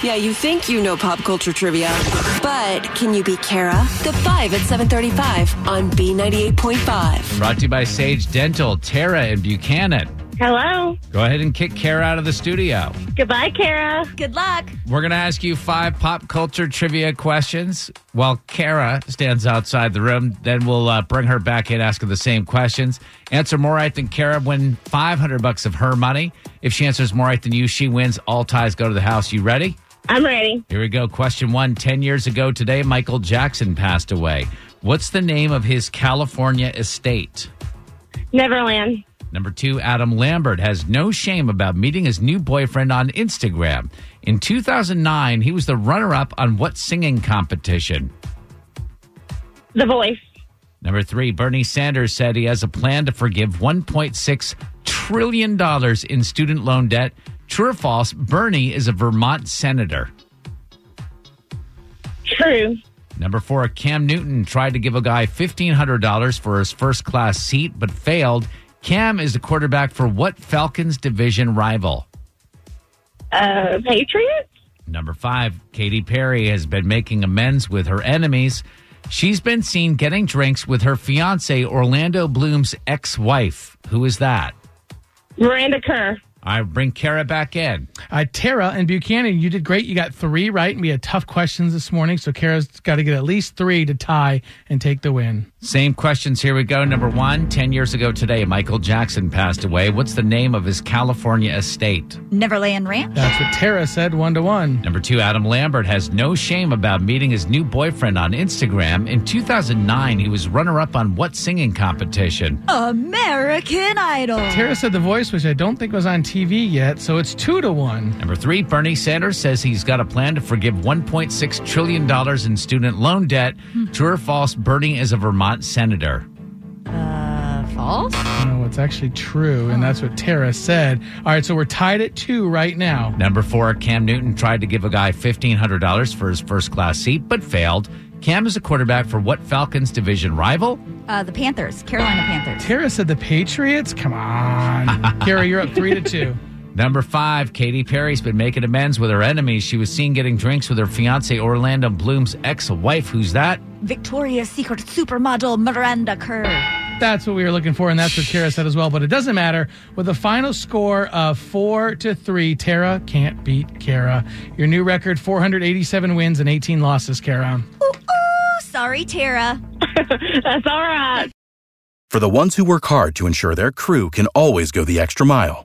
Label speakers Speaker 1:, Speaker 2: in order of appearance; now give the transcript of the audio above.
Speaker 1: Yeah, you think you know pop culture trivia, but can you beat Kara? The 5 at 735 on B98.5.
Speaker 2: Brought to you by Sage Dental, Tara and Buchanan.
Speaker 3: Hello.
Speaker 2: Go ahead and kick Kara out of the studio.
Speaker 3: Goodbye, Kara.
Speaker 1: Good luck.
Speaker 2: We're going to ask you five pop culture trivia questions while Kara stands outside the room. Then we'll uh, bring her back in, ask her the same questions. Answer more right than Kara, win 500 bucks of her money. If she answers more right than you, she wins. All ties go to the house. You ready?
Speaker 3: I'm ready.
Speaker 2: Here we go. Question one. Ten years ago today, Michael Jackson passed away. What's the name of his California estate?
Speaker 3: Neverland.
Speaker 2: Number two, Adam Lambert has no shame about meeting his new boyfriend on Instagram. In 2009, he was the runner up on what singing competition?
Speaker 3: The Voice.
Speaker 2: Number three, Bernie Sanders said he has a plan to forgive $1.6 trillion in student loan debt. True or false, Bernie is a Vermont senator.
Speaker 3: True.
Speaker 2: Number four, Cam Newton tried to give a guy $1,500 for his first class seat, but failed. Cam is the quarterback for what Falcons division rival?
Speaker 3: Uh, Patriots.
Speaker 2: Number five, Katy Perry has been making amends with her enemies. She's been seen getting drinks with her fiance, Orlando Bloom's ex wife. Who is that?
Speaker 3: Miranda Kerr.
Speaker 2: I bring Kara back in.
Speaker 4: Uh, Tara and Buchanan, you did great. You got three right, and we had tough questions this morning. So Kara's got to get at least three to tie and take the win.
Speaker 2: Same questions. Here we go. Number one, 10 years ago today, Michael Jackson passed away. What's the name of his California estate?
Speaker 5: Neverland Ranch.
Speaker 4: That's what Tara said, one to one.
Speaker 2: Number two, Adam Lambert has no shame about meeting his new boyfriend on Instagram. In 2009, he was runner up on what singing competition?
Speaker 5: American Idol.
Speaker 4: Tara said the voice, which I don't think was on TV yet, so it's two to one.
Speaker 2: Number three, Bernie Sanders says he's got a plan to forgive $1.6 trillion in student loan debt. True or false, Bernie is a Vermont senator.
Speaker 5: Uh, false?
Speaker 4: No, it's actually true, and that's what Tara said. All right, so we're tied at two right now.
Speaker 2: Number four, Cam Newton tried to give a guy $1,500 for his first class seat, but failed. Cam is a quarterback for what Falcons division rival?
Speaker 5: Uh, the Panthers, Carolina Panthers.
Speaker 4: Tara said the Patriots. Come on, Kara, you're up three to two.
Speaker 2: Number five, Katy Perry's been making amends with her enemies. She was seen getting drinks with her fiance Orlando Bloom's ex-wife. Who's that?
Speaker 5: Victoria's Secret supermodel Miranda Kerr.
Speaker 4: That's what we were looking for, and that's what Kara said as well. But it doesn't matter. With a final score of four to three, Tara can't beat Kara. Your new record: 487 wins and 18 losses. Kara.
Speaker 5: Ooh, Oh, sorry, Tara.
Speaker 3: That's all right.
Speaker 6: For the ones who work hard to ensure their crew can always go the extra mile,